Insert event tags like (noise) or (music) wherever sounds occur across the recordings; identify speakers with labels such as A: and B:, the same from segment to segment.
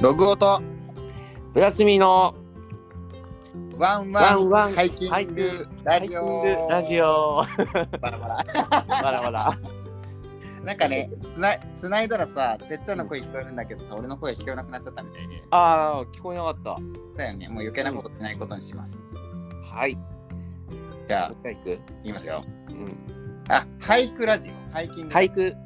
A: ログオと
B: おやすみの
A: ワンワン
B: ワンワン
A: ハイキ
B: ハイ
A: ン
B: キン
A: グ
B: グ
A: ラジオ
B: ラジオ。
A: バラバラ
B: わらわら。
A: なんかねつないつないだらさてっちゃんの声聞こえるんだけどさ俺の声聞こえなくなっちゃったみたいで
B: (laughs) ああ、聞こえなかっ
A: だよねもう余計なことしないことにします
B: た。はい。
A: じゃあ
B: もう一回行く。
A: 言いますよ
B: うん。
A: あハイクラジオハイキング、
B: 俳句。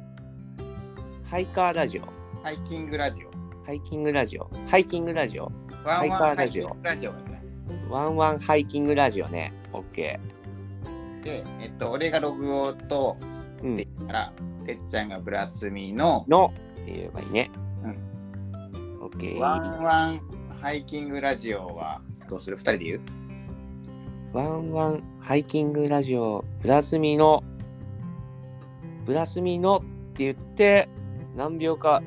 B: ハイカーラジオ。
A: ハイキングラジオ
B: ハイキングラジオ。ハイキングラジオ。
A: ワンワンハ
B: ハイ
A: イ
B: カーラジ
A: キ
B: オ
A: ングラジオがね
B: ワンワンハイキングラジオね。オッケ
A: でえっと俺がログオと
B: ー。うん。
A: からてっちゃんがブラスミの
B: の。って言えばいいね。
A: う
B: オッケー。
A: ワ
B: ワ
A: ンワンハイキングラジオはどうする二人で言う
B: ンワンハイキングラジオ。ブラスミの。ブラスミのって言って。何秒か。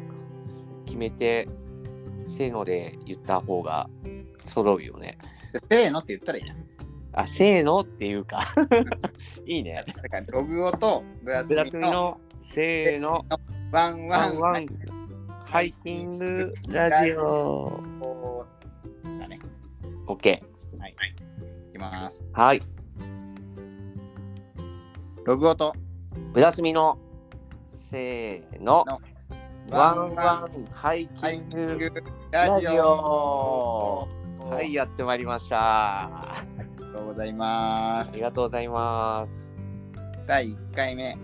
B: 決めて。せーので言った方が。揃うよね。
A: でせーのって言ったらいいじゃん
B: あ、せーのっていうか。 (laughs) いいね。
A: だからログオとブラス
B: ブ
A: ミ
B: ラスミ
A: の
B: のせーの、
A: ワン
B: ワ
A: ワン
B: ンワン、ハイキングラジオ。
A: こうだね。
B: オッケ
A: はい。いきます。
B: ー。はい。
A: ログオと
B: ブラスミのせーの、ワンワンハイ
A: ハ
B: キ
A: イ
B: ン
A: キン
B: グ
A: グラジ
B: ラジ
A: オ
B: オ。はい、。やってまいりました。あ
A: ありがとうございます
B: り。がとうございます。
A: 第1回目、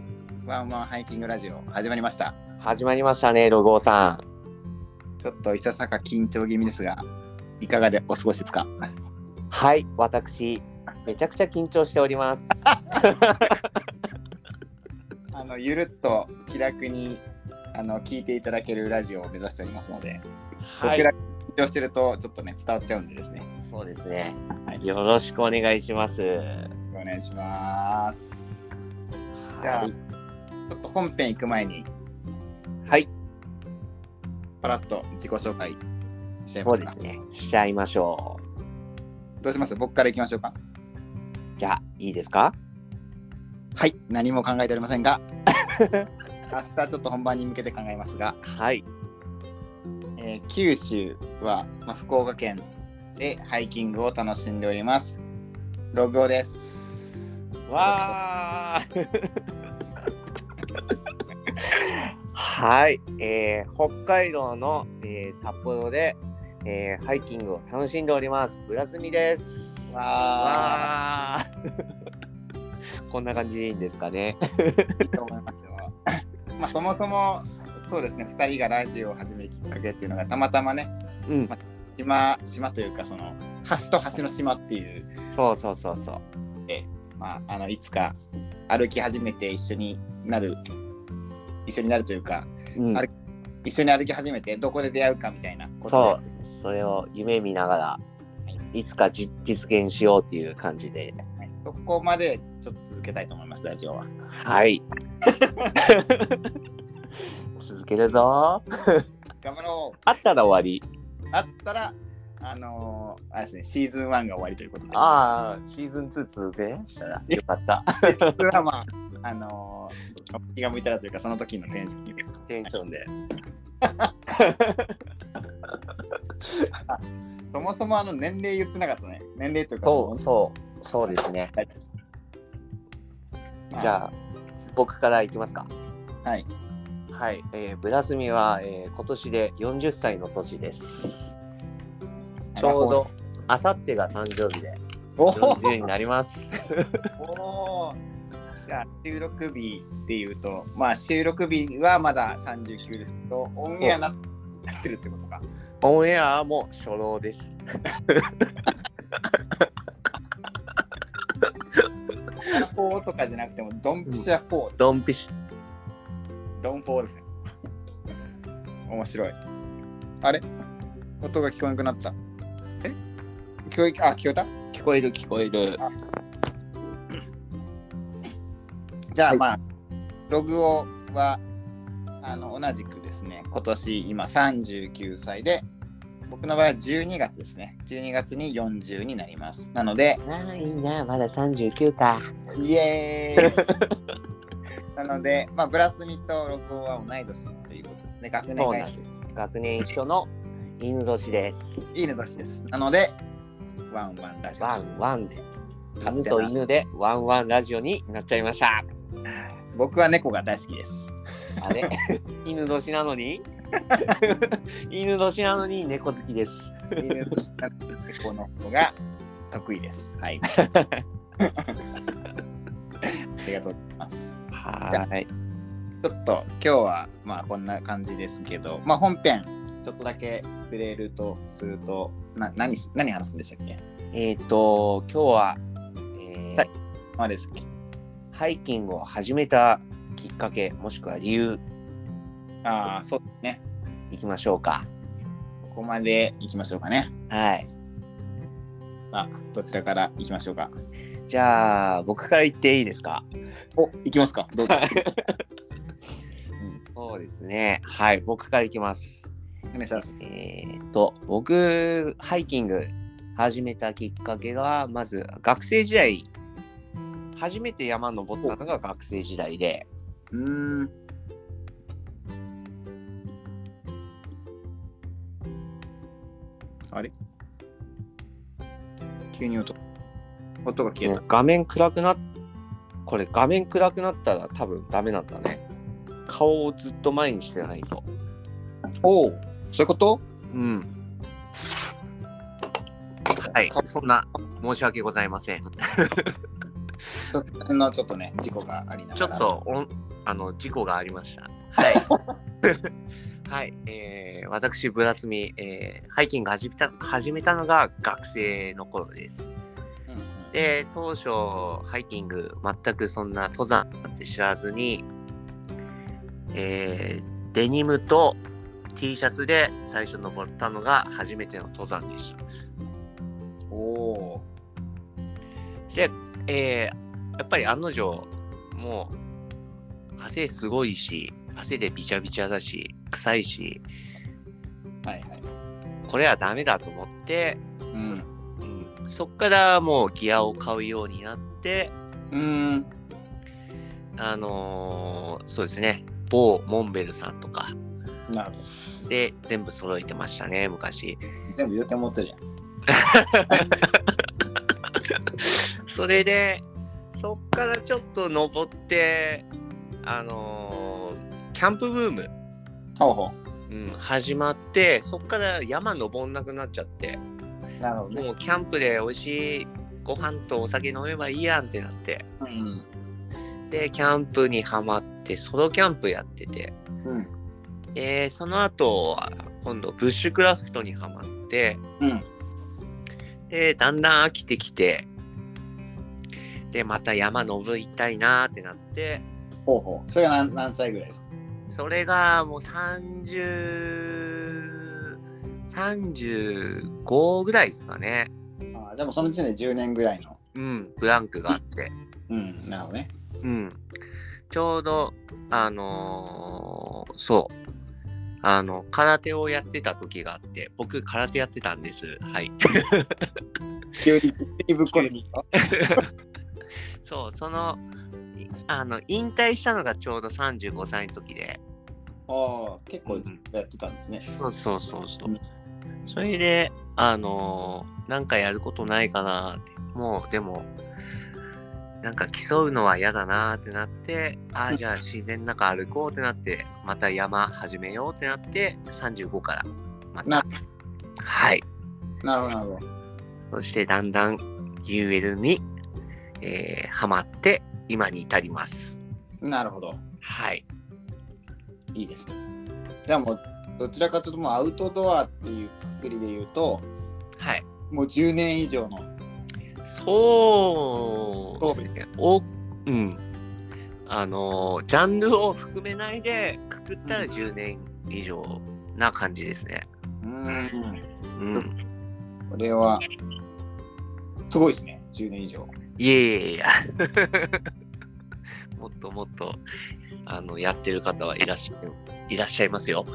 A: ワンワンハイキングラジオ始まりました。
B: 始まりましたね、ロゴさん。
A: ちょっといささか緊張気味ですが、いかがでお過ごしですか
B: はい、私、めちゃくちゃ緊張しております。
A: あの、ゆるっと気楽にあの聞いていただけるラジオを目指しておりますので、
B: (laughs) は
A: 僕ら
B: い、
A: 緊張してるとちょっとね、伝わっちゃうんでですね。
B: そうですね。よろしくお願いします。
A: お願いします。じゃあ
B: はい
A: ちょっと本編行く前に、
B: はい、
A: パラッと自己紹介しちゃい
B: そ
A: ま
B: う
A: す
B: で
A: か
B: すね。しちゃいましょう。
A: どうします僕から行きましょうか
B: じゃあ、いいですか
A: はい何も考えておりませんが (laughs) 明日ちょっと本番に向けて考えますが、
B: はい。
A: えー九州は、まあ、福岡県でハイキングを楽しんでおりますログオです
B: わーはい、えー北海道の、えー札幌で、えーハイキングを楽しんでおります。ブラスミです。
A: わ
B: わー (laughs) こんな感じでいいんですかね。
A: いいと思いますよ (laughs) まあそもそもそうですね2人がラジオを始めるきっかけっていうのがたまたまね
B: うん、
A: 島島というかその橋と橋の島っていう
B: そうそうそうそう。
A: まあ、あのいつか歩き始めて一緒になる一緒になるというか
B: うん
A: あれ一緒に歩き始めてどこで出会うかみたいなこと
B: そ
A: を
B: う、それを夢見ながら、いつか実実現しようっていう感じで。
A: そこまでちょっと続けたいと思いますラジオは
B: (laughs) はい。続けるぞ。
A: 頑張ろう
B: あったら終わり。
A: あったらあのーあれですねシーズン1が終わりということで
B: ああ、シーズン2続けしたらよかった。
A: それはまああのー気が向いたらというかその時のテンションに
B: テンションで。
A: そもそもあの年齢言ってなかったね年齢というか
B: そうそう、そうですね。じ
A: あ
B: ゃあ、僕からいきますか。
A: はい。
B: はい、えー、ブラスミは、えー今年で40歳の年です。ちょうど、あさってが誕生日で
A: おお
B: 40になります。
A: おーじゃあ収録日っていうと、まあ収録日はまだ39ですけど、オンエアなってるってことか。
B: オンエアも初老です。
A: 4とかじゃなくても、ドンピシャ4、
B: ドンピシ
A: ドン4ですね。面白い。あれ音が聞こえなくなった。え聞こえ、あ、聞こえた
B: 聞こえる聞こえる。
A: じゃあ、
B: はい
A: まあ、ログオは、あの、同じくですね、今年今39歳で、僕の場合は12月ですね。12月に40になります。なので、
B: ああいいなまだ39か。
A: イエー
B: (laughs)
A: イなので、まあ、ブラスミとロゴは同い年ということで、学年
B: そう
A: が
B: な
A: 一緒
B: んです。学年一緒の犬年です。
A: 犬年です。なので、ワンワンラジオ。
B: ワンワンで。
A: 勝
B: 犬
A: 手な
B: と犬でワンワンラジオになっちゃいました。
A: 僕は猫が大好きです。
B: あれ (laughs) 犬年なのに (laughs) 犬年なのに猫好きです。
A: 犬猫の方が得意です。はい。ありがとうございます。
B: はーい。
A: ちょっと今日はまあこんな感じですけど、まあ本編ちょっとだけ触れるとすると、な何し何話すんでしたっけ？
B: えっ、と、今日は、えー
A: はいあれですっけ？
B: ハイキングを始めたきっかけ、もしくは理由、
A: ああそうですね。
B: いきましょうか。
A: ここまで行きましょうかね。
B: はい。
A: あどちらから行きましょうか。
B: じゃあ、僕から言っていいですか
A: お行きますか。どうぞ。
B: そうですね。はい、僕からいきます。
A: お願いします。
B: えーっと、僕、ハイキング始めたきっかけが、まず学生時代、初めて山登ったのが学生時代で、
A: うーん。あれ急に音音が消えた。
B: 画面暗くなっ、これ画面暗くなったら多分ダメなんだね。顔をずっと前にしてないと。
A: おおそういうこと
B: うん。はい、そんな、申し訳ございません。
A: 突然のちょっとね、事故がありな
B: ちょ
A: がら。
B: っ。とおんあの事故がありました。 (laughs) はい。はい、えー、私、ブラスミ、えーハイキング始めた始めたのが学生の頃です。
A: うんうん、
B: で、当初、ハイキング、全くそんな登山なんて知らずに、えーデニムと T シャツで最初登ったのが初めての登山でした。
A: おお
B: で、えーやっぱり案の定もう汗すごいし汗でびちゃびちゃだし臭いし
A: はいはい。
B: これはダメだと思って、
A: うん。
B: うんそっからもうギアを買うようになって
A: うーん。
B: あのーそうですね某モンベルさんとか
A: なるほど。
B: で全部揃えてましたね昔
A: 全部予定持ってるやん。
B: それでそっからちょっと登ってあのーキャンプブーム
A: ほうほ
B: うん、始まってそっから山登んなくなっちゃって
A: う。なるほどね。
B: もうキャンプで美味しいご飯とお酒飲めばいいやんってなって
A: うん。
B: でキャンプにはまってソロキャンプやってて
A: うん。
B: でその後は今度ブッシュクラフトにはまって
A: うん。
B: でだんだん飽きてきてでまた山登りたいなーってなって
A: ほうほう。それが何何歳ぐらいです
B: それがもう30 35ぐらいですかね。
A: かあーでもその時点で10年ぐらいの。
B: うん、ブランクがあって、
A: うん。なるほどね。
B: うん、ちょうどあのーそうあの空手をやってた時があって僕空手やってたんです (laughs) はい
A: 急に急にぶっこんできた
B: そうそのいあの引退したのがちょうど35歳の時で
A: ああ、結構ずっとやってたんですね。
B: そうそうそうそううんそれであのーなんかやることないかなってもうでもなんか競うのは嫌だなってなってああじゃあ自然の中歩こうってなってまた山始めようってなって35からま
A: な
B: たはい
A: なるほど、なるほど。
B: そしてだんだん UL に、えー、はまって今に至ります
A: なるほど。
B: はい
A: いいですね。でも、どちらかというと、もうアウトドアっていうくくりで言うと、
B: はい
A: もう10年以上の。
B: そうですね。おうん。あのー、ジャンルを含めないで、くくったら
A: うん
B: 10年以上な感じですね。
A: うーん。
B: うん。
A: これは、すごいですね。10年以上。
B: いやいやいや。 (laughs) もっともっと、あの、やってる方はいらっしゃいらっしゃいますよ。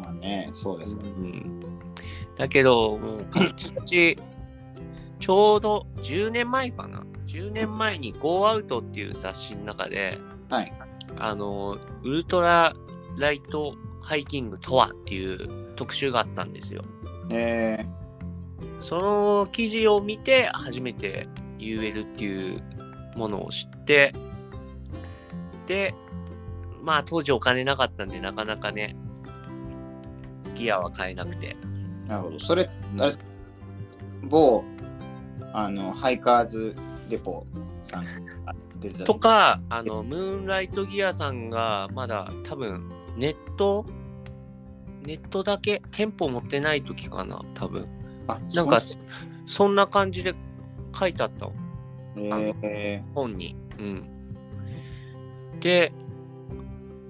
A: まあね、そうです
B: う
A: ね。
B: ん。だけど、もう、カチ
A: (laughs)
B: カチ、ちょうど10年前かな。10年前に Go Out っていう雑誌の中で、
A: はい。
B: あの、ウルトラライトハイキングとはっていう特集があったんですよ。
A: えー、
B: その記事を見て初めて UL っていうものを知ってでまあ当時お金なかったんでなかなかねギアは買えなくて
A: なるほど。それ、あれ、某、あの、ハイカーズデポさんが出てた
B: と、かあのムーンライトギアさんがまだ多分ネットネットだけ店舗持ってない時かな多分
A: あ
B: なんか
A: そ
B: そそんな感じで書いてあったの
A: え
B: 本に。うん、で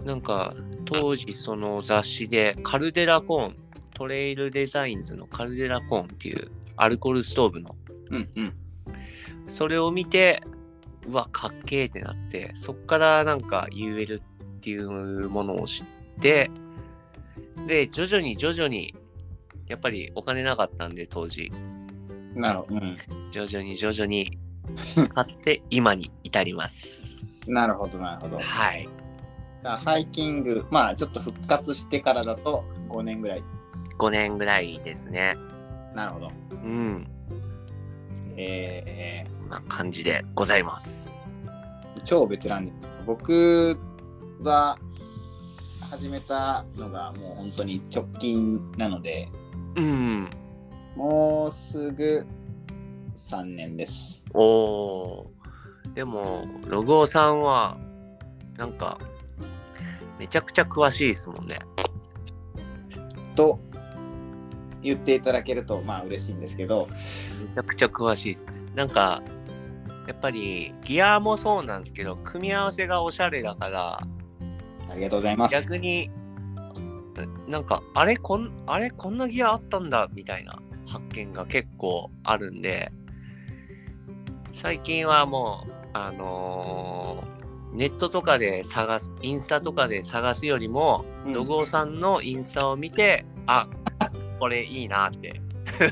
B: なんか当時その雑誌でカルデラコーントレイルデザインズのカルデラコーンっていうアルコールストーブの
A: ー、うんうん。
B: それを見てうわかっけえってなってそっからなんか UL っていうものを知ってで徐々に徐々にやっぱりお金なかったんで当時
A: なるほど。うん
B: 徐々に徐々に買って (laughs) 今に至ります
A: なるほど、なるほど。だか
B: はい
A: らハイキング、まあ、ちょっと復活してからだと5年ぐらい。
B: 5年ぐらいですね。
A: なるほど。
B: うん。
A: え
B: こんな感じでございます。
A: ー、超ベテランで。僕は始めたのがもう本当に直近なので、
B: うん。
A: もうすぐ3年です。
B: おー。でも、ログオさんは、なんか、めちゃくちゃ詳しいですもんね。
A: と言っていただけるとまあ嬉しいんですけど
B: めちゃくちゃ詳しいです。なんか、やっぱりギアもそうなんですけど、組み合わせがおしゃれだから、
A: ありがとうございます
B: 逆に、なんか、あれこん、あれこんなギアあったんだ、みたいな発見が結構あるんで、最近はもう、あのーネットとかで探す、インスタとかで探すよりも、
A: うん
B: ロゴさんのインスタを見て、あ、これいいなって。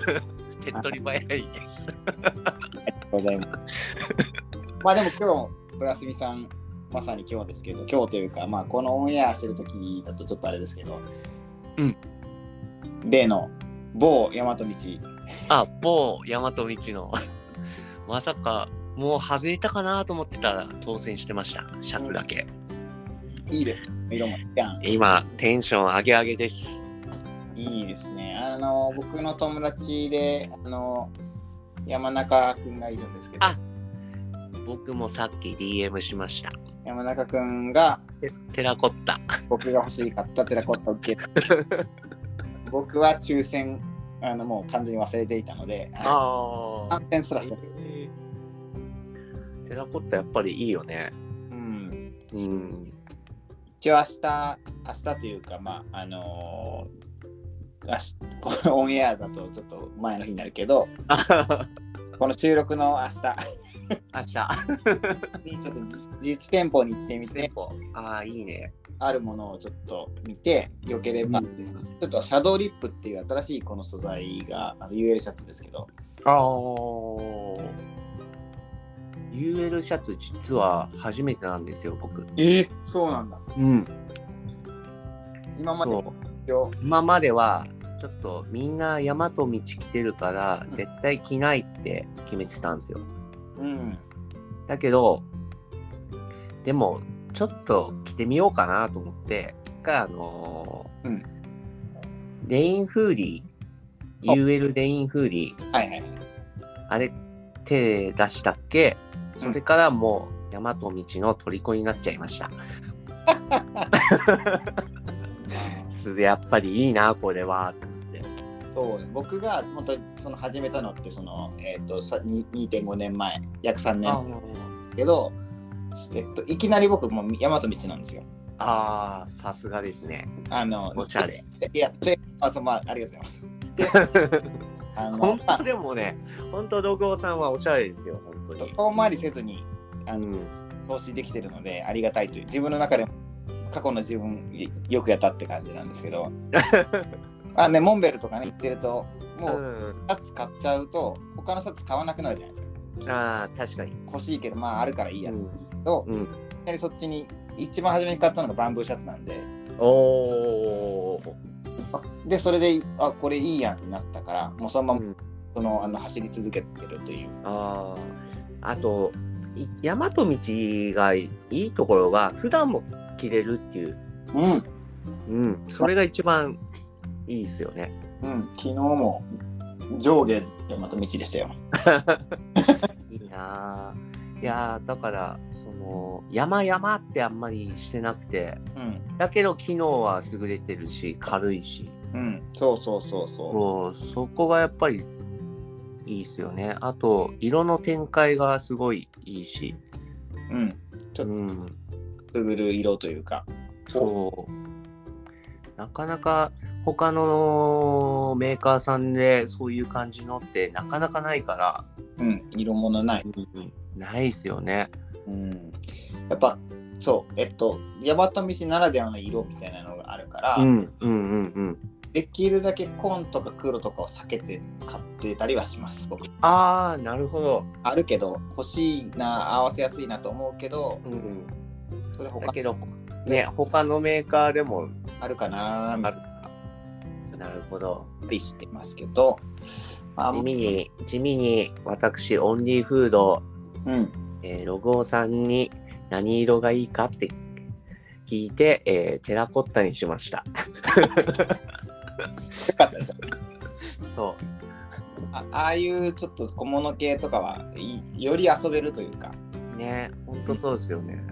B: (laughs) 手っ取り早いです。
A: ありがとうございますまあでも今日プラスミさんまさに今日ですけど今日というかまあこのオンエアしてる時だとちょっとあれですけど
B: うん
A: 例の某大和道
B: あ、某大和道の。 (laughs) まさか、もう外れたかなと思ってたら当選してました。シャツだけ。
A: いいです色もいいじゃん
B: 今テンション上げ上げです
A: いいですねあの僕の友達であの山中くんがいるんですけど
B: あ僕もさっき DM しました
A: 山中くんが
B: テラコッタ
A: 僕が欲しかったテラコッタを受けた僕は抽選あのもう完全に忘れていたのであ
B: あ
A: の参戦すらしてない
B: テラコッタやっぱりいいよね
A: うん
B: (laughs) うん
A: 一応明日明日というかまああのー明日 (laughs) このオンエアだとちょっと前の日になるけどこの収録の
B: 明日
A: 明日にちょっと実 (laughs) 実店舗に行ってみて
B: ああいいね
A: あるものをちょっと見てよければ、
B: う
A: ちょっとシャドーリップっていう新しいこの素材があの UL シャツですけど
B: あー UL シャツ実は初めてなんですよ僕
A: えそうなんだ
B: うん
A: 今まで
B: そう
A: 一応
B: 今まではちょっとみんな大和道着てるから絶対着ないって決めてたんですよ
A: うん
B: だけど、でも、ちょっと着てみようかなと思って、一回あのー
A: うん
B: レインフーディ
A: あ
B: ー、UL レインフーディー、
A: はいはい
B: あれ手出したっけ
A: ん
B: それからもう、大和道の虜になっちゃい
A: (laughs)
B: ました。 (laughs) すやっぱりいいな、これは。
A: そうね僕が本当にその始めたのってその、えー、とさに2.5年前約3年前だけど、えっと、いきなり僕もう大和道なんですよ。
B: あー、さすがですね。
A: あの
B: おしゃれ。
A: でやってあそう、まあ、ありがとうござい (laughs) ます。あの
B: 本
A: ま
B: 当でもね、本当、道具さんはおしゃれですよ、本当
A: あ
B: に。
A: 遠回りせずにあの
B: うん
A: 投資できてるのでありがたいという自分の中でも過去の自分いよくやったって感じなんですけど
B: (laughs)
A: まあねモンベルとかね行ってるともう
B: うん
A: シャツ買っちゃうと他のシャツ買わなくなるじゃないですか。
B: ああ、確かに。
A: 欲しいけどまああるからいいや
B: うん
A: と、
B: うん
A: いきなりそっちに一番初めに買ったのがバンブーシャツなんで
B: おほ
A: でそれであこれいいやんってなったからもうそのま
B: う
A: ま
B: ん
A: そのあの走り続けてるという
B: あああとい大和道がいいところは普段も着れるっていう、
A: うん、
B: うん、それが一番いいですよね。
A: うん、昨日も上下大和道でしたよ
B: いいなあいやあだからその山山ってあんまりしてなくて
A: うん
B: だけど機能は優れてるし軽いし
A: うんそうそうそうそ
B: そうそこがやっぱりいいっすよねあと色の展開がすごいいいし、
A: ううんち
B: う
A: ょっと
B: ん、
A: くぐる色というか
B: そうなかなか他のメーカーさんでそういう感じのってなかなかないから、
A: うん色物ない
B: ないっすよね
A: うんやっぱそうえっと大和道ならではの色みたいなのがあるから、
B: うんうんうんうん
A: できるだけ紺とか黒とかを避けて買ってたりはします僕
B: ああなるほど、
A: あるけど欲しいな合わせやすいなと思うけど
B: うん、
A: それ
B: だ
A: 他
B: けどね他のメーカーでも
A: あるかなみた
B: あ
A: い
B: るなるほど
A: なりしてますけど、まあ
B: 地味に地味に私オンリーフード、
A: うん、
B: えーロゴーさんに何色がいいかって聞いて、えーテラコッタにしました
A: よかったです
B: そ
A: あああいうちょっと小物系とかはいより遊べるというか、
B: うねほんとそうですよね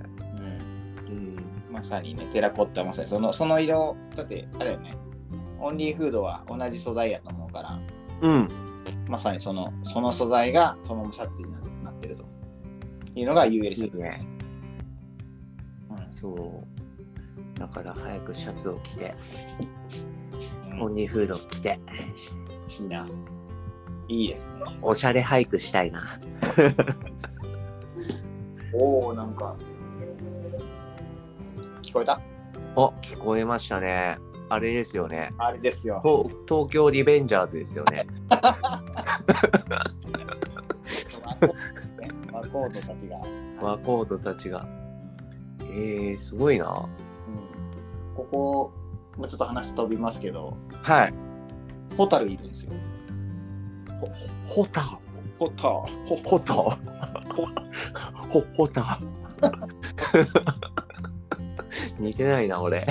A: うん、
B: うん
A: まさにねテラコッタまさにそのその色だってあれよねオンリーフードは同じ素材やと思うから
B: うん
A: まさにそのその素材がそのシャツにななってるというのが UL シ
B: い
A: ャ
B: い
A: ツ、
B: ね
A: うん
B: そうだから早くシャツを着て
A: うん
B: オンリーフードを着て
A: いいな。いいですね。
B: おしゃれ俳句したいな
A: おお、なんか。聞こえた
B: お聞こえましたねあれですよね
A: あれですよ。
B: と東京リベンジャーズですよね
A: (laughs) ワコードねワコードたちが。
B: ワコードたちがえー、すごいな
A: うんここ、もうちょっと話飛びますけど、
B: はい
A: ホタルいるんですよ。
B: ホタ
A: ホタル。
B: ホホタ (laughs) ホホタ (laughs) 似てないな俺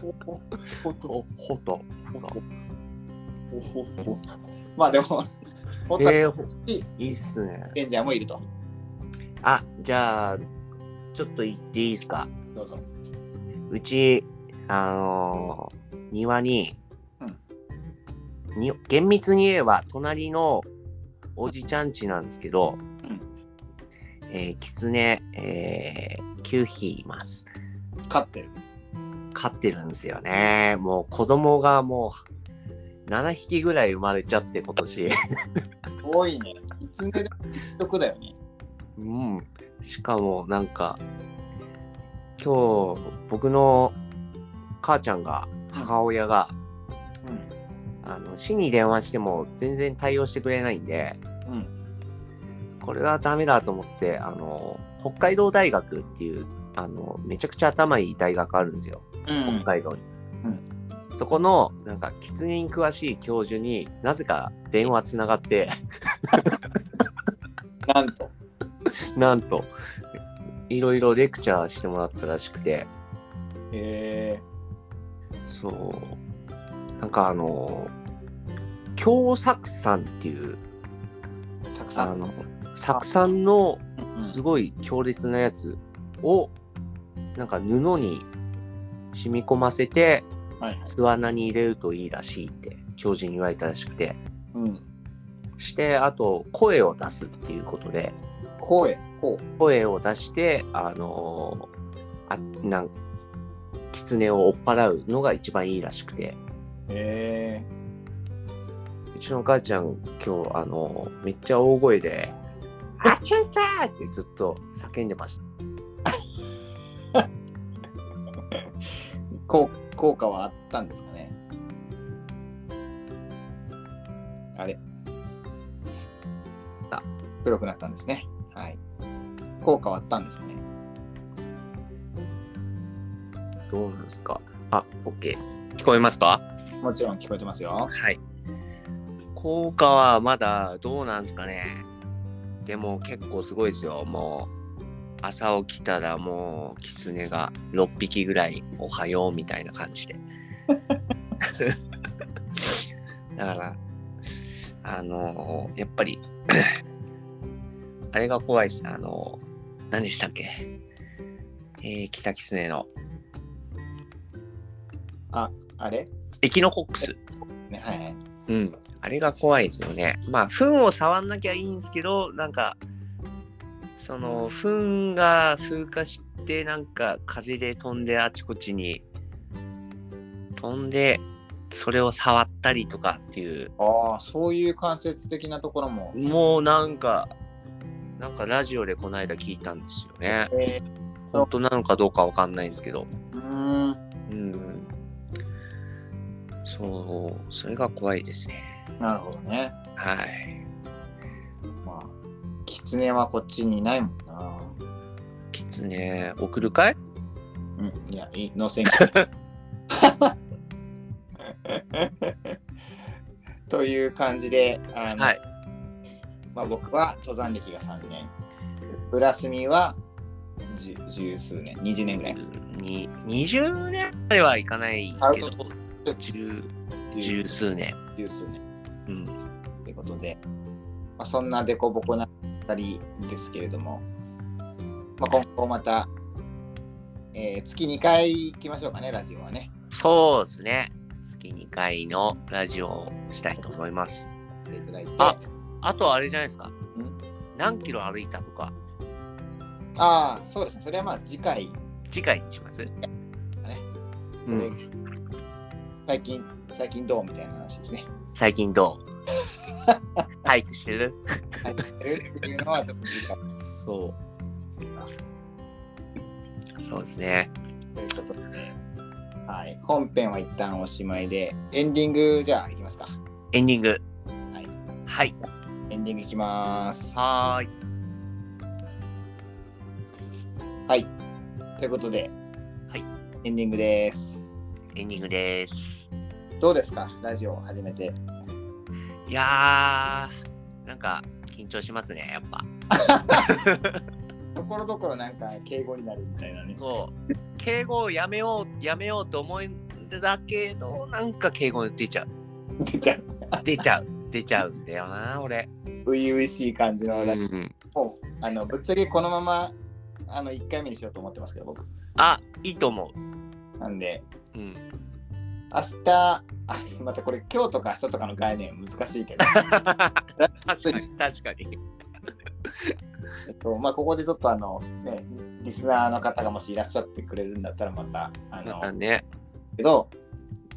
A: ほ
B: ホタホタ
A: ほほまあでも、ホタル
B: えー、ほいいっすね
A: レンジャーもいると。
B: あじゃあちょっと言っていいですか
A: どうぞ。
B: うちあのー庭に,、
A: うん
B: に厳密に言えば隣のおじちゃん家なんですけど、
A: うん
B: えーキツネ、えー9匹います
A: 勝ってる。
B: 飼ってるんですよねもう子供がもう7匹ぐらい生まれちゃって今年
A: 多いね。いつねでも一色だよね。
B: うんしかもなんか今日僕の母ちゃんが母親が、あの市に電話しても全然対応してくれないんで
A: うん。うん。
B: これはダメだと思ってあの北海道大学っていうあのめちゃくちゃ頭いい大学あるんですよ
A: うん
B: 北。海道に、
A: うん
B: そこのなんか喫煙に詳しい教授になぜか電話つながって (laughs)
A: なんと。
B: なんといろいろレクチャーしてもらったらしくて
A: え
B: そうなんかあの京作さんっていう
A: ー、たくさ
B: あ
A: ん。
B: の作さんの
A: うん
B: すごい強烈なやつをなんか布に染み込ませて
A: はいはい。
B: 巣穴に入れるといいらしいって教授に言われたらしくて
A: うん。
B: してあと声を出すっていうことで
A: 声、ほ
B: 声を出してあのーあなん狐を追っ払うのが一番いいらしくて
A: う。へえ。
B: うちの母ちゃん今日あのーめっちゃ大声で「あっちゃんか!」ってずっと叫んでました。
A: こう効果はあったんですかね。あれ。
B: あ
A: 黒くなったんですね。はい。効果はあったんですかね。
B: どうなんですかあ、OK。聞こえますか
A: もちろん聞こえてますよ。
B: はい。効果はまだどうなんですかね。でも結構すごいですよ。もう朝起きたらもう狐が6匹ぐらいおはようみたいな感じで。だから、あのやっぱり、あれが怖いです。あの何でしたっけえー、北狐の
A: あれ
B: エキノコックス。
A: ね、はいはい。
B: うん、あれが怖いですよね。まあ、糞を触んなきゃいいんですけど、なんか、その、糞が風化して、なんか、風で飛んであちこちに飛んで、それを触ったりとかっていう、
A: ああ、そういう間接的なところも。
B: もうなんか、なんかラジオでこの間聞いたんですよね。
A: え
B: 本当なのかどうかわかんないんですけど。
A: ー、うーん、
B: うん。そう、それが怖いですね。
A: なるほどね。
B: はい。
A: まあ、狐はこっちにいないもんな。
B: キツネ、送るかい
A: うん、いや、いい、乗せんけど (laughs) という感じで、あの、
B: はい
A: まあ、僕は登山歴が3年、ブラスミは十十数年、20年ぐらい。
B: に20年まではいかないけど
A: あ、
B: 十十数年。
A: 十数年
B: うん。
A: ということで、まあ、そんなデコボコな二人ですけれども、まあ、今後また、えー月2回行きましょうかね、ラジオはね。
B: そうですね。月2回のラジオをしたいと思います。
A: やっていただいて。
B: ああとはあれじゃないですか。何キロ歩いたとか、
A: ああ、そうですね。それはまあ次回、ね
B: 次回にしますうん。
A: 最近、最近どうみたいな話ですね。
B: 最近ど
A: (laughs)
B: う俳句してる
A: はい。ってるっていうのは、次回
B: そう。そうですね。
A: ということで、はい。本編は一旦おしまいで、エンディングじゃあいきますか。
B: エンディング。
A: はい。
B: はい。
A: エンディングいきます。
B: はーい。
A: はい。ということで、
B: はい。
A: エンディングです。
B: エンディングです。
A: どうですかラジオを始めて。
B: いやー、なんか緊張しますね、やっぱ。
A: ところどころなんか敬語になるみたいなね。
B: そう、敬語をやめよう、やめようと思うんだけど、なんか敬語出ちゃう。
A: 出ちゃう。
B: 出ちゃう。出ちゃうんだよな、俺。
A: 初々しい感じのラジ
B: ん、
A: オを、あの、ぶっちゃけこのまま、あの、1回目にしようと思ってますけど、僕。
B: あ、いいと思
A: なんで、
B: う。うん。
A: 明日、あまたこれ今日とか明日とかの概念難しい
B: (laughs)
A: けど、
B: 確かに、確かに。
A: えっとまあ、ここでちょっとあの、ね、リスナーの方がもしいらっしゃってくれるんだったらまた、あ
B: ま
A: の、
B: たね、
A: けど、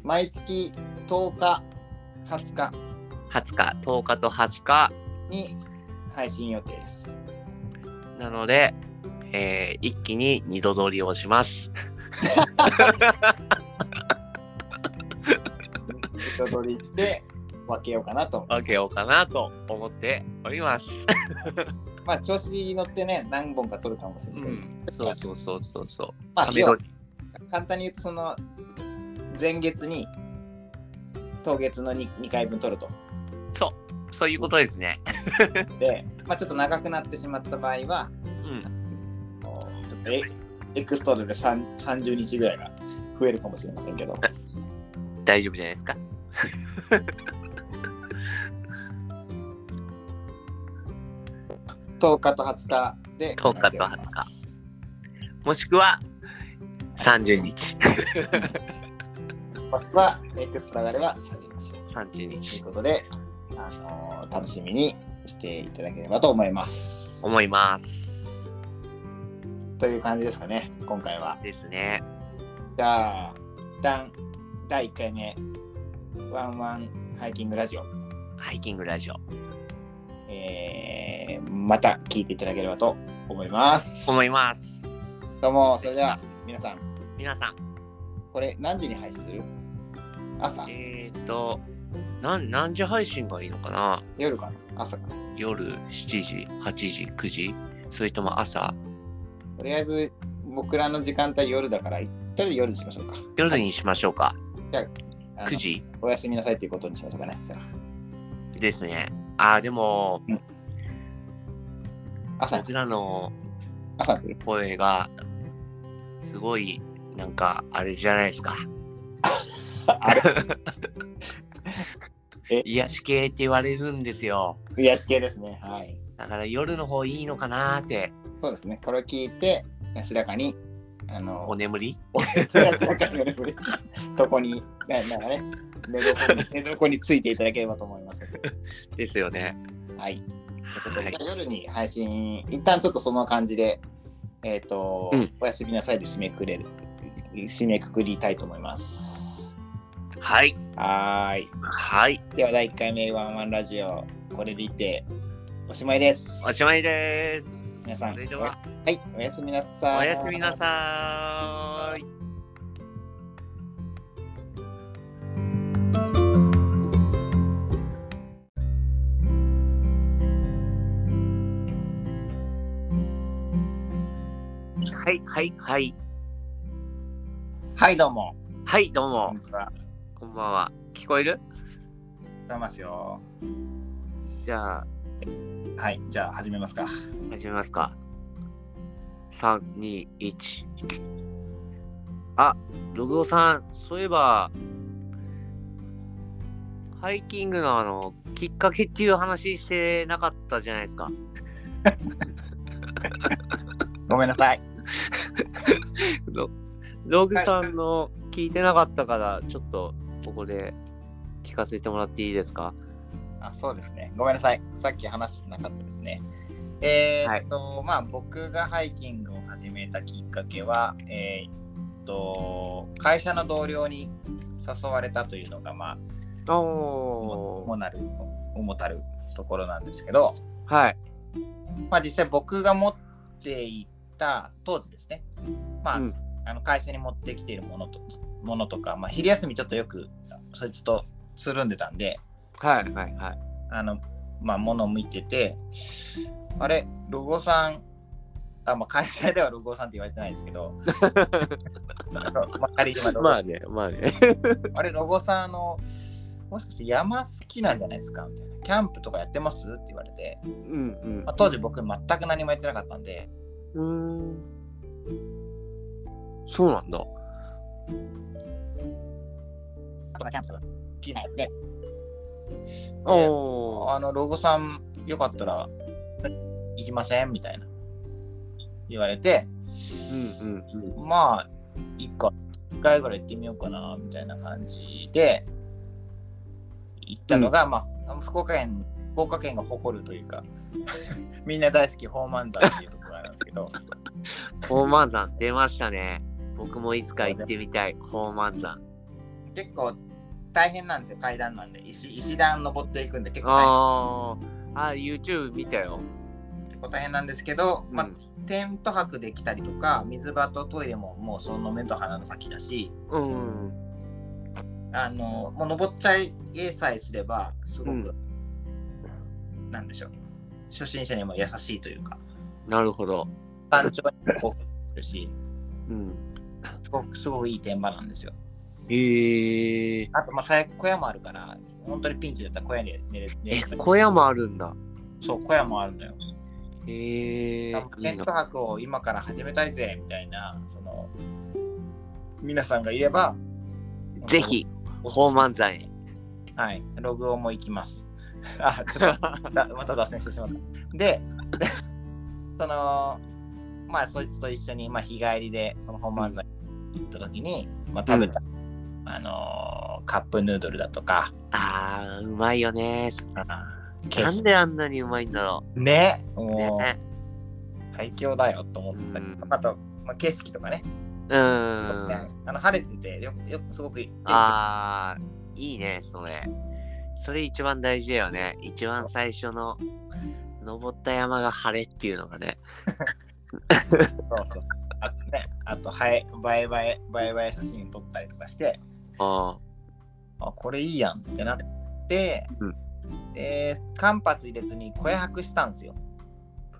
A: 毎月10日、20日
B: 20日、10日と20日
A: に配信予定です。
B: なので、えー一気に二度撮りをし (laughs) ます。
A: 一通り
B: (laughs)
A: して分けようかなと。
B: 分けようかなと思っております。
A: まあ、調子に乗ってね、何本か撮るかもしれませ。
B: うんん、そうそうそうそうそう。
A: まあ、
B: 雨
A: 要
B: 撮
A: は
B: り。
A: 簡単に言うと、その、前月に、当月の 2, 2回分撮ると。
B: そう、そういうことですね。
A: で、まあ、ちょっと長くなってしまった場合は、
B: うん、
A: こうちょっとエエクストラで3 30日ぐらいが増えるかもしれませんけ (laughs) ど、
B: 大丈夫じゃないですか。
A: 10日と20日で
B: 10日と20日もしくは30日。
A: もしくはエクストラがあれば30日と
B: 30
A: いう
B: 日。
A: ことで、あのー楽しみにしていただければと思います。
B: 思います。
A: という感じですかね、今回は。
B: ですね。
A: じゃあ、一旦第1回目、ワンワンハイキングラジオ、
B: ハイキングラジオ。
A: えーまた聞いていただければと思います。
B: 思います。
A: どうも、それでは皆さん、
B: 皆さん、
A: これ何時に配信する朝
B: えっ、ー、と、なん何時配信がいいのかな
A: 夜かな朝かな
B: 夜7時、8時、9時それとも朝
A: とりあえず僕らの時間帯夜だからいとりあえず夜にしましょうか。
B: 夜にしましょうか。
A: あの
B: 9時
A: おやすみなさいっていうことにしましょうかね。じゃ
B: ですね。ああ、でも、
A: あ朝
B: こ
A: に
B: ちらの
A: 朝に来る。
B: 声が、すごい、なんか、あれじゃないですか。 (laughs)
A: え
B: 癒し系って言われるんですよ。
A: 癒し系ですね。はい。
B: だから夜の方いいのかなーって、
A: そうですね。これを聞いて、安らかに、あの、
B: お眠り
A: 安らかに (laughs) 眠るとこに、ななんかね、寝床に寝床についていただければと思いますので。
B: ですよね。
A: はい。
B: はい。
A: 夜に配信、一旦ちょっとその感じで、えっ、と、
B: うん
A: おやすみなさいで締めくれる、締めくくりたいと思います。
B: はい。
A: はーい。
B: はい。
A: では、第1回目ワンワンラジオ、これにて、おしまいです。
B: おしまいです。
A: 皆さん
B: それでは、
A: はい、おやすみなさ
B: お
A: い。
B: やすみなさーい。はいはいはい
A: はい、どうも。
B: はいどう
A: こ
B: も
A: んにちは。
B: こんばんは聞こえる
A: どうもしよ
B: じゃあ
A: う。はい、じゃあ始めますか。
B: 始めますか321あログオさんそういえばハイキングのあのきっかけっていう話してなかったじゃないですか
A: ごめんなさい。
B: ロログさんの聞いてなかったからちょっとここで聞かせてもらっていいですか
A: あ、そうですね。ごめんなさい。さっき話してなかったですね。えーっと、まあ僕がハイキングを始めたきっかけは、えーっと、会社の同僚に誘われたというのが、まあ、
B: お
A: もなる、重たるところなんですけど、
B: はい
A: まあ、実際僕が持っていた当時ですね、まあ
B: うん
A: あの会社に持ってきているものとものとか、まあ、昼休みちょっとよくそいつとつるんでたんで
B: はいはいはい
A: あの、まあ、物を向いててあれロゴさんあ、まあ、会社ではロゴさんって言われてないですけどあのまあ仮に今ロゴ
B: まあねまあね
A: あれロゴさんあのもしかして山好きなんじゃないですかみたいなキャンプとかやってますって言われて、
B: うん
A: まあ、当時僕全く何もやってなかったんで
B: うんうーんそうなんだ
A: とかキャンプとか好きなやつで
B: おー
A: あの、ロゴさん、よかったら、行きませんみたいな。言われて、
B: うんうんうん
A: まあ、一回、一回ぐらい行ってみようかな、みたいな感じで、行ったのが、まああの、福岡県、福岡県が誇るというか、 (laughs) みんな大好き、宝満山っていうところがあるんですけど、
B: 宝満山出ましたね僕もいつか行ってみたい宝満山
A: 結構大変なんですよ、階段なんで。石、石段登っていくんで、結構大変
B: あーあ YouTube 見たよ、
A: 結構大変なんですけど、
B: うん
A: まあ、テント泊できたりとか、水場とトイレももうその目と鼻の先だし、
B: うん
A: あのもう登っちゃえさえすればすごく、なんでしょう初心者にも優しいというか
B: なるほど、
A: 山頂にも多くるし
B: うん、
A: すごくすごくいい天場なんですよ
B: へえ
A: あとまあ最小屋もあるから本当にピンチだったら小屋に寝れ寝
B: え
A: れたり
B: 小屋もあるんだ
A: そう小屋もあるのよ
B: へえい
A: テ
B: い
A: ン
B: な
A: ト泊を今から始めたいぜみたいなその皆さんがいれば
B: ぜひ
A: お
B: 宝満山へ
A: はい、ログをもう行きます。 (laughs) あ、ちょっ
B: (laughs)
A: とだまた脱線してしまった。で、 (laughs) でその、まあ、そいつと一緒に、まあ、日帰りで、その本漫才行った時に、まあ、食べた、あのーカップヌードルだとか、
B: あーうまいよね
A: ケ
B: な
A: ー
B: ん
A: キ
B: であんなにうまいんだろ
A: ね、
B: う
A: も
B: ね
A: う、最強だよと思ったり
B: うん
A: あと、まあ、景色とかね、
B: うーん
A: あの晴れてて、よよくすごくいい
B: ああ、いいね、それ。それ一番大事だよね。一番最初の登った山が晴れっていうのがね。
A: そうそうあとね、あと、はえ、映え映え、映え映え写真撮ったりとかして、
B: あ
A: あこれいいやんってなって、
B: う
A: で間髪入れずに小屋泊したんですよ。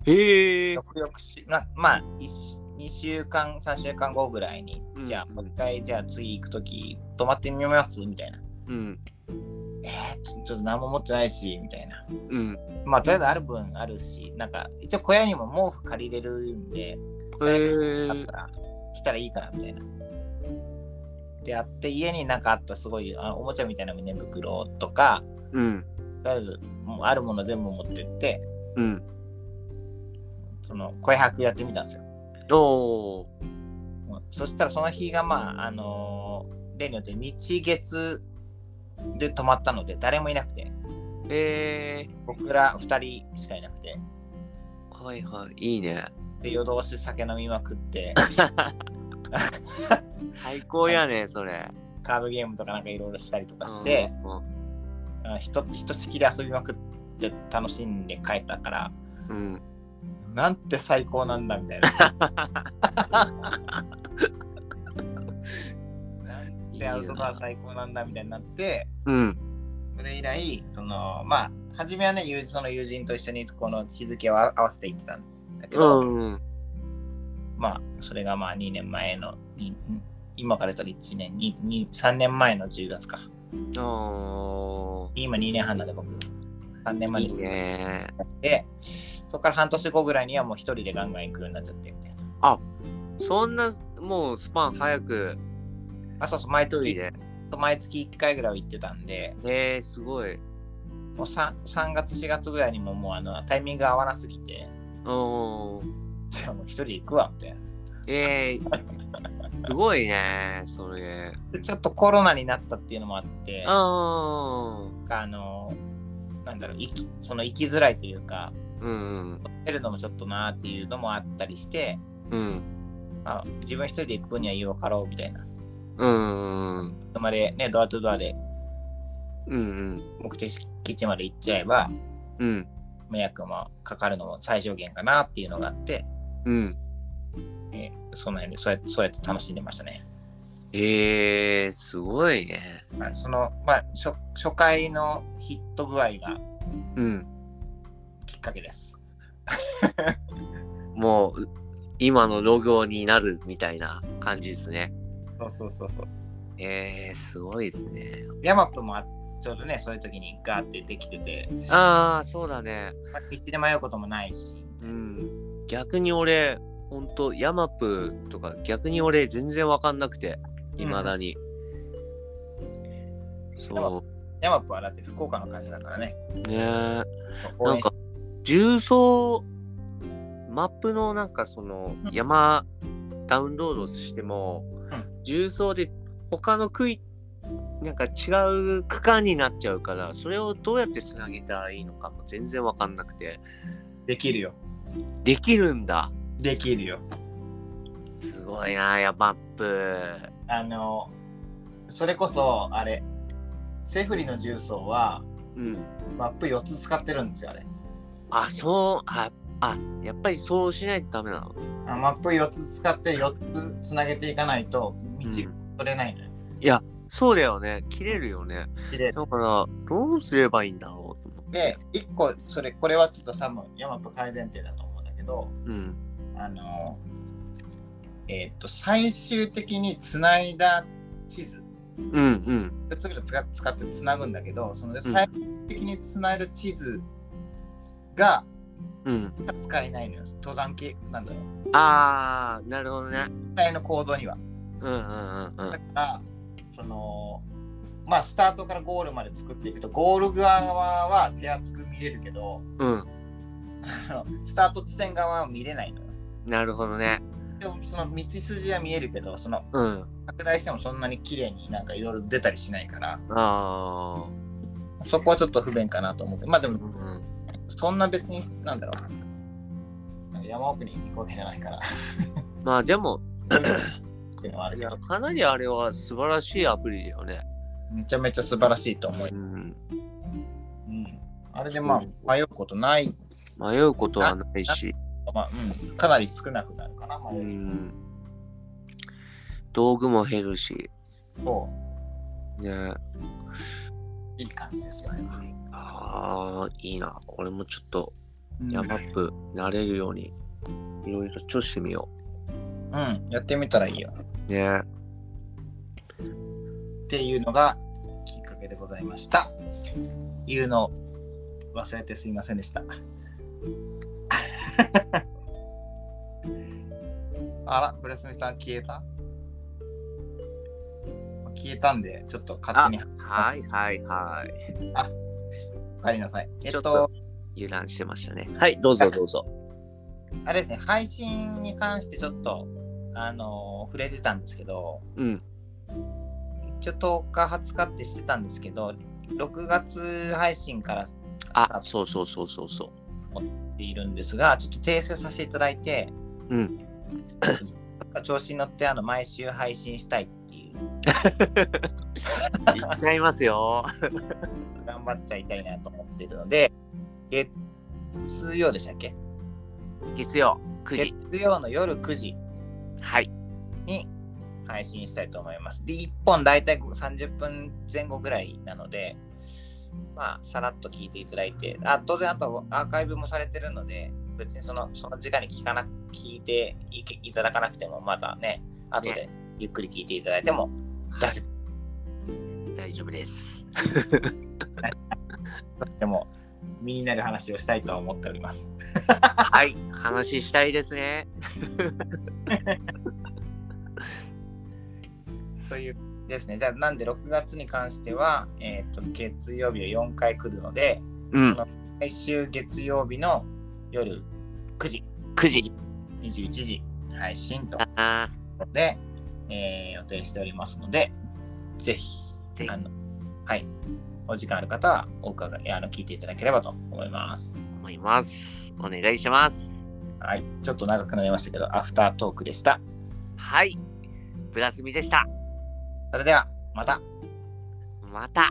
B: へえ。
A: よくよくしなまあ1 2週間、3週間後ぐらいに、
B: うん
A: じゃあ、もう一回、じゃあ次行くとき、泊まってみますみたいな。
B: うん。
A: えー、ちょちょっと何も持ってないし、みたいな。
B: うん。
A: まあ、とりあえずある分あるし、なんか、一応小屋にも毛布借りれるんで、
B: え
A: それあっ
B: ー
A: た、ら、来たらいいかな、みたいな。で、あって、家になんかあったすごい、あのおもちゃみたいな胸袋とか、
B: うん。
A: とりあえず、もうあるもの全部持ってって、
B: うん。
A: その、小屋泊やってみたんですよ。
B: おー。
A: うんそしたらその日がまああのー例によって日月で泊まったので誰もいなくて
B: え
A: 僕ら2人しかいなくて
B: ー。はいはい。いいね。
A: で夜通し酒飲みまくって
B: 最高やね、それ。
A: カードゲームとかなんかいろいろしたりとかして、あひとひとしきり遊びまくって楽しんで帰ったから
B: うん。うん。
A: なんて最高なんだみたいななんてアウトドア最高なんだみたいになって
B: うん。
A: それ以来、そのまあ、初めはね、友人その友人と一緒にこの日付を合わせていってたんだけ
B: う
A: ど、
B: ん。
A: まあ、それがまあ2年前の、にん今から言ったら1年、にに3年前の10月か。
B: お
A: 今2年半なんで僕、3年
B: ー。
A: 前
B: い
A: に
B: いね。
A: で、そこから半年後ぐらいにはもう一人でガンガン行くようになっちゃってみたいな。
B: そんな、もうスパン早く。
A: あ、そうそう、毎
B: 一人
A: 月、
B: で。
A: 毎月1回ぐらいは行ってたんで、
B: えー、すごい。
A: もう 3, 3月、4月ぐらいにももうあのタイミングが合わなすぎて、 (laughs)
B: おー。
A: じゃあもう一人で行くわみたいな。
B: えー。すごいね、それ。
A: で、ちょっとコロナになったっていうのもあって、
B: あー。
A: あのなんだろう生きその生きづらいというか
B: うん。
A: 出るのもちょっとなーっていうのもあったりして、
B: うん。
A: まあ、自分一人で行く分にはようかろうみたいな
B: うん。
A: つまりねドアとドアで
B: うん。
A: 目的地まで行っちゃえば
B: うん。
A: 迷惑もかかるのも最小限かなっていうのがあって、
B: うん。
A: えーその辺でそうやってそうやって楽しんでましたね、
B: えー、すごいね。
A: まあ、その、まあ、初初回のヒット具合が
B: うん。
A: きっかけです
B: もうう今のロゴになるみたいな感じですね。
A: そうそうそうそう
B: えー、すごいですね。
A: ヤマップもあちょうどねそういう時にガーってできてて、
B: ああ、そうだね。
A: まあ、決して迷うこともないし
B: うん。逆に俺、ほんと、ヤマップとか、逆に俺、全然わかんなくて、いまだに。そ
A: ヤマップはだって福岡の会社だからね。
B: う。ねー
A: 応
B: な
A: 援
B: ん
A: し
B: か、重曹、マップのなんかその
A: うん
B: 山ダウンロードしても、重曹で他の区域、なんか違う区間になっちゃうから、それをどうやってつなげたらいいのかも全然わかんなくて。
A: できるよ。
B: できるんだ。
A: できるよ。
B: すごいな、やマップ。
A: あの、それこそ、あれ、セフリの重曹は
B: うん。
A: マップ4つ使ってるんですよ、あれ。
B: あ、そう、あ、あ、やっぱりそうしないとダメなの。
A: あマップ4つ使って4つつなげていかないと道取れないのよ。
B: そうだよね。切れるよね。
A: 綺麗
B: だから、どうすればいいんだろうと思って。
A: で、1個、それ、これはちょっと多分ヤマップ改善点だと思うんだけど、
B: うん。
A: あの、えっ、と、最終的につないだ地図。
B: うんうん。
A: 4つぐらい使使ってつなぐんだけど、その最終的につないだ地図が
B: うん。
A: 使えないのよ。登山系なんだろう。
B: あー、なるほどね。
A: 実際の行動には。
B: うんうんうんう
A: だか
B: ん。
A: ら、その、まあ、スタートからゴールまで作っていくと、ゴール側は手厚く見れるけど、 (laughs)
B: うん。
A: あのスタート地点側は見れないのよ。
B: なるほどね。
A: でも、その道筋は見えるけど、その
B: うん。
A: 拡大してもそんなに綺麗になんかいろいろ出たりしないから、
B: あ
A: そこはちょっと不便かなと思って、まあで
B: ー。
A: も
B: う、ん
A: そんな別に、なんだろう。なんか山奥に行くわけじゃないから。
B: まあでも、
A: っていうのはある
B: い
A: け
B: や
A: ど、
B: かなりあれは素晴らしいアプリだよね。
A: めちゃめちゃ素晴らしいと思う。
B: う
A: う
B: ん。
A: ん、あれでまあ、迷うことない、
B: 迷うことはないし、
A: まあうん、かなり少なくなるかな、
B: う。
A: 迷うん
B: 道具も減るし、
A: と、
B: ね。
A: いい感じですよ、あれは。
B: あー、いいな。俺もちょっと、
A: うん
B: ヤマップ慣れるように、いろいろ調してみよ
A: うん、やってみたらいいよ。
B: ね
A: っていうのがきっかけでございました。言うの忘れてすいませんでした。 (laughs) あら、ブレスミさん消えた消えたんで、ちょっと勝手に
B: はいはいはい。
A: 帰りなさい。えっ
B: ちょっ
A: と
B: と、油断してましたね。はい、どうぞどうぞ。
A: あれですね、配信に関してちょっと、あのー触れてたんですけど、
B: うん。
A: 一応10日、20日ってしてたんですけど、6月配信から
B: あ、そうそうそうそうそう。
A: っているんですが、ちょっと訂正させていただいて、
B: うん
A: 調子に乗ってあの毎週配信したいっていう、
B: 行っちゃいますよ。
A: 頑張っちゃいたいなと思ってるので、月曜でしたっけ
B: 月曜9時。
A: 月曜の夜9時
B: はい。
A: に配信したいと思います。で、1本大体30分前後ぐらいなので、まあ、さらっと聞いていただいて、あ当然、あとアーカイブもされてるので、別にそのその時間に聞かな聞いていけいただかなくても、まだね、後でゆっくり聞いていただいても大丈
B: 大丈夫です。
A: 夫でも、身になる話をしたいと思っております。
B: はい。話したいですね。
A: というですね、じゃあ、なんで6月に関しては、えっと月曜日は4回来るので、
B: うん。
A: 来週月曜日の夜9時。
B: 9時。
A: 21時配信というこ
B: あ
A: とで、えー予定しておりますので、ぜひ、
B: ぜひ
A: あのはい、お時間ある方はお伺いあの聞いていただければと思います。
B: ー思います。お願いします。
A: はい、ちょっと長くなりましたけど、アフタートークでした。
B: はい。プラスミでした。
A: それでは、また。
B: また。